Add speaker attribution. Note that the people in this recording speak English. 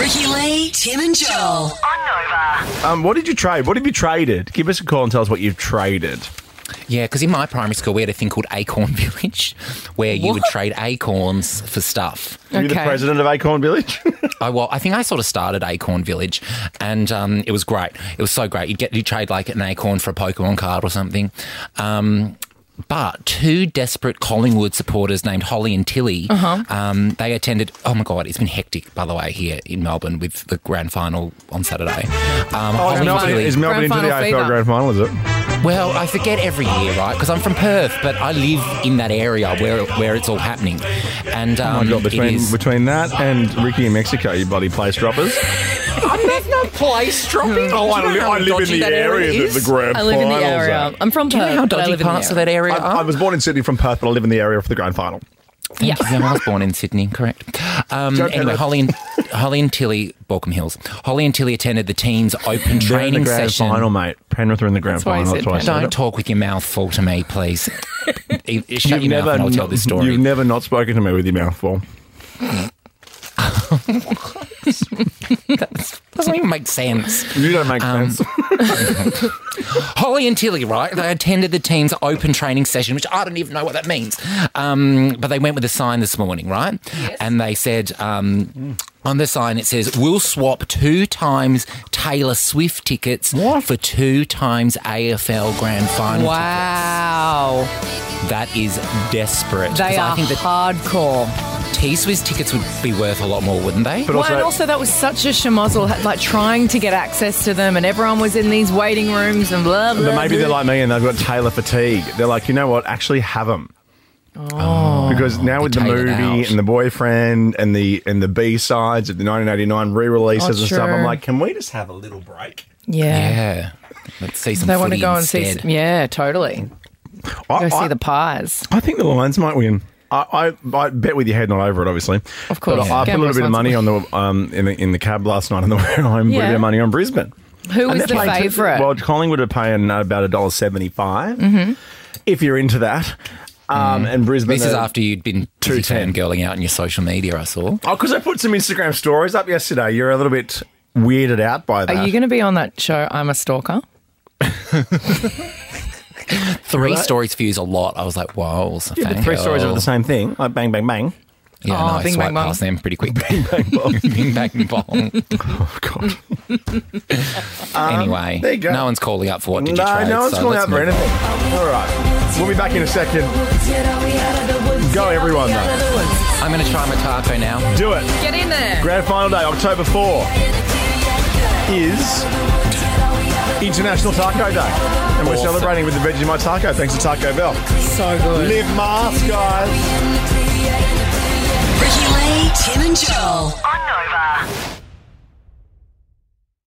Speaker 1: Jackie, Tim, and Joel.
Speaker 2: Um, what did you trade? What have you traded? Give us a call and tell us what you've traded.
Speaker 3: Yeah, because in my primary school, we had a thing called Acorn Village where you would
Speaker 4: What?
Speaker 3: trade acorns for stuff.
Speaker 2: Are you the
Speaker 4: Okay.
Speaker 2: president of Acorn Village?
Speaker 3: I, well, I think I sort of started Acorn Village and um, it was great. It was so great. You'd get, you'd trade like an acorn for a Pokemon card or something. Um, but two desperate Collingwood supporters named Holly and Tilly, um, they attended. Oh my God, it's been hectic, by the way, here in Melbourne with the grand final on Saturday. Um, Holly
Speaker 2: is
Speaker 3: and
Speaker 2: Oh, Melbourne,
Speaker 3: Tilly-
Speaker 2: is Melbourne into the
Speaker 4: Grand
Speaker 2: AFL
Speaker 4: Final
Speaker 2: Grand Final, is it?
Speaker 3: Well, I forget every year, right? Because I'm from Perth, but I live in that area where where it's all happening. And um,
Speaker 2: I got
Speaker 3: it
Speaker 2: between,
Speaker 3: is.
Speaker 2: between that and Ricky in Mexico, you bloody place droppers.
Speaker 3: I'm not no place dropping.
Speaker 2: Oh, I, li- I live in the area, that the grand
Speaker 4: I live in the
Speaker 2: finals
Speaker 4: area.
Speaker 2: are.
Speaker 4: I'm from
Speaker 3: Do you
Speaker 4: Perth,
Speaker 3: know how
Speaker 4: but I
Speaker 3: dodgy
Speaker 4: live in the
Speaker 3: parts of that area
Speaker 2: I,
Speaker 3: are?
Speaker 2: I was born in Sydney from Perth, but I live in the area for the grand final.
Speaker 3: Thank you. I was born in Sydney, correct. Um,
Speaker 2: Don't
Speaker 3: anyway,
Speaker 2: ever-
Speaker 3: Holly and, Holly and Tilly, Balcombe Hills. Holly and Tilly attended the teens' open
Speaker 2: They're in the
Speaker 3: training
Speaker 2: grand
Speaker 3: session.
Speaker 2: final, mate. Penrith are in the grand
Speaker 4: why I
Speaker 2: final.
Speaker 4: said
Speaker 2: That's why I said
Speaker 3: Don't
Speaker 2: it.
Speaker 3: talk with your mouth full to me, please. You- you Shut
Speaker 2: You've
Speaker 3: your mouth
Speaker 2: never,
Speaker 3: and I'll tell
Speaker 2: not-
Speaker 3: this story.
Speaker 2: You've never not spoken to me with your mouth full.
Speaker 3: Doesn't even make sense.
Speaker 2: You don't make
Speaker 3: Um,
Speaker 2: sense.
Speaker 3: Holly and Tilly, right? They attended the team's open training session, which I don't even know what that means. Um, but they went with a sign this morning, right? And they said um, on the sign it says, "We'll swap two times Taylor Swift tickets for two times AFL Grand Final."
Speaker 4: Wow.
Speaker 3: tickets." That is desperate. 'Cause
Speaker 4: They
Speaker 3: I
Speaker 4: are
Speaker 3: think the
Speaker 4: hardcore.
Speaker 3: T Swiss tickets would be worth a lot more, wouldn't they?
Speaker 2: But
Speaker 4: Well,
Speaker 2: also,
Speaker 4: and also that was such a schmozzle, ha- like trying to get access to them, and everyone was in these waiting rooms and blah blah.
Speaker 2: but maybe they're
Speaker 4: blah.
Speaker 2: like me and they've got Taylor fatigue. They're like, you know what? Actually, have them.
Speaker 4: Oh.
Speaker 2: because now with the
Speaker 3: Taylor
Speaker 2: movie
Speaker 3: out.
Speaker 2: and the boyfriend and the and the B sides of the 1989 re-releases
Speaker 4: Oh,
Speaker 2: and stuff, I'm
Speaker 4: sure.
Speaker 2: like, can we just have a little break?
Speaker 4: yeah.
Speaker 3: yeah. Let's see some.
Speaker 4: They want to
Speaker 3: footy
Speaker 4: go and see.
Speaker 3: instead.
Speaker 4: Some, yeah, totally.
Speaker 2: I,
Speaker 4: Go see
Speaker 2: Oh, I,
Speaker 4: the pies.
Speaker 2: I think the Lions might win. I, I, I bet with your head not over it, obviously.
Speaker 4: Of course.
Speaker 2: But I, I put a little
Speaker 4: Gamble
Speaker 2: bit of money on the um in the, in the cab last night on the way home. Put a bit
Speaker 4: Yeah.
Speaker 2: of money on Brisbane.
Speaker 4: Who
Speaker 2: And
Speaker 4: is
Speaker 2: they're
Speaker 4: the
Speaker 2: paying two-
Speaker 4: favourite? Mm-hmm.
Speaker 2: Well, Collingwood are paying about a dollar seventy-five. If you're into that, um, and Brisbane.
Speaker 3: Mm-hmm. This is
Speaker 2: are-
Speaker 3: after you'd been busy
Speaker 2: 210.
Speaker 3: fangirling out in your social media. I saw.
Speaker 2: Oh, because I put some Instagram stories up yesterday. You're a little bit weirded out by that.
Speaker 4: Are you going to be on that show? I'm a stalker.
Speaker 3: Three stories for you is a lot. I was like, wow, it's a
Speaker 2: Yeah, but three
Speaker 3: fangirl.
Speaker 2: stories of the same Ah, thing, like bang, bang, bang.
Speaker 3: Yeah,
Speaker 4: Oh,
Speaker 3: no, I
Speaker 4: bing,
Speaker 3: swiped
Speaker 4: bang, bong.
Speaker 3: past them pretty quick. Bing bang bong. bing bang bong.
Speaker 2: Oh God!
Speaker 3: anyway,
Speaker 2: Um, there you go.
Speaker 3: no one's calling up for what did you
Speaker 2: no,
Speaker 3: trade?
Speaker 2: no one's
Speaker 3: so
Speaker 2: calling
Speaker 3: let's
Speaker 2: out for
Speaker 3: move
Speaker 2: anything. All right, we'll be back in a second. Go everyone though.
Speaker 3: on. I'm going to try my taco now.
Speaker 2: Do it.
Speaker 4: Get in there.
Speaker 2: Grand final day, October four, is International Taco Day, and we're
Speaker 3: Awesome.
Speaker 2: celebrating with the Vegemite Taco. Thanks to Taco Bell.
Speaker 3: Oh,
Speaker 4: So good.
Speaker 2: Live mask, guys.
Speaker 1: Ricky Lay, Tim, and Joel.
Speaker 5: on Nova.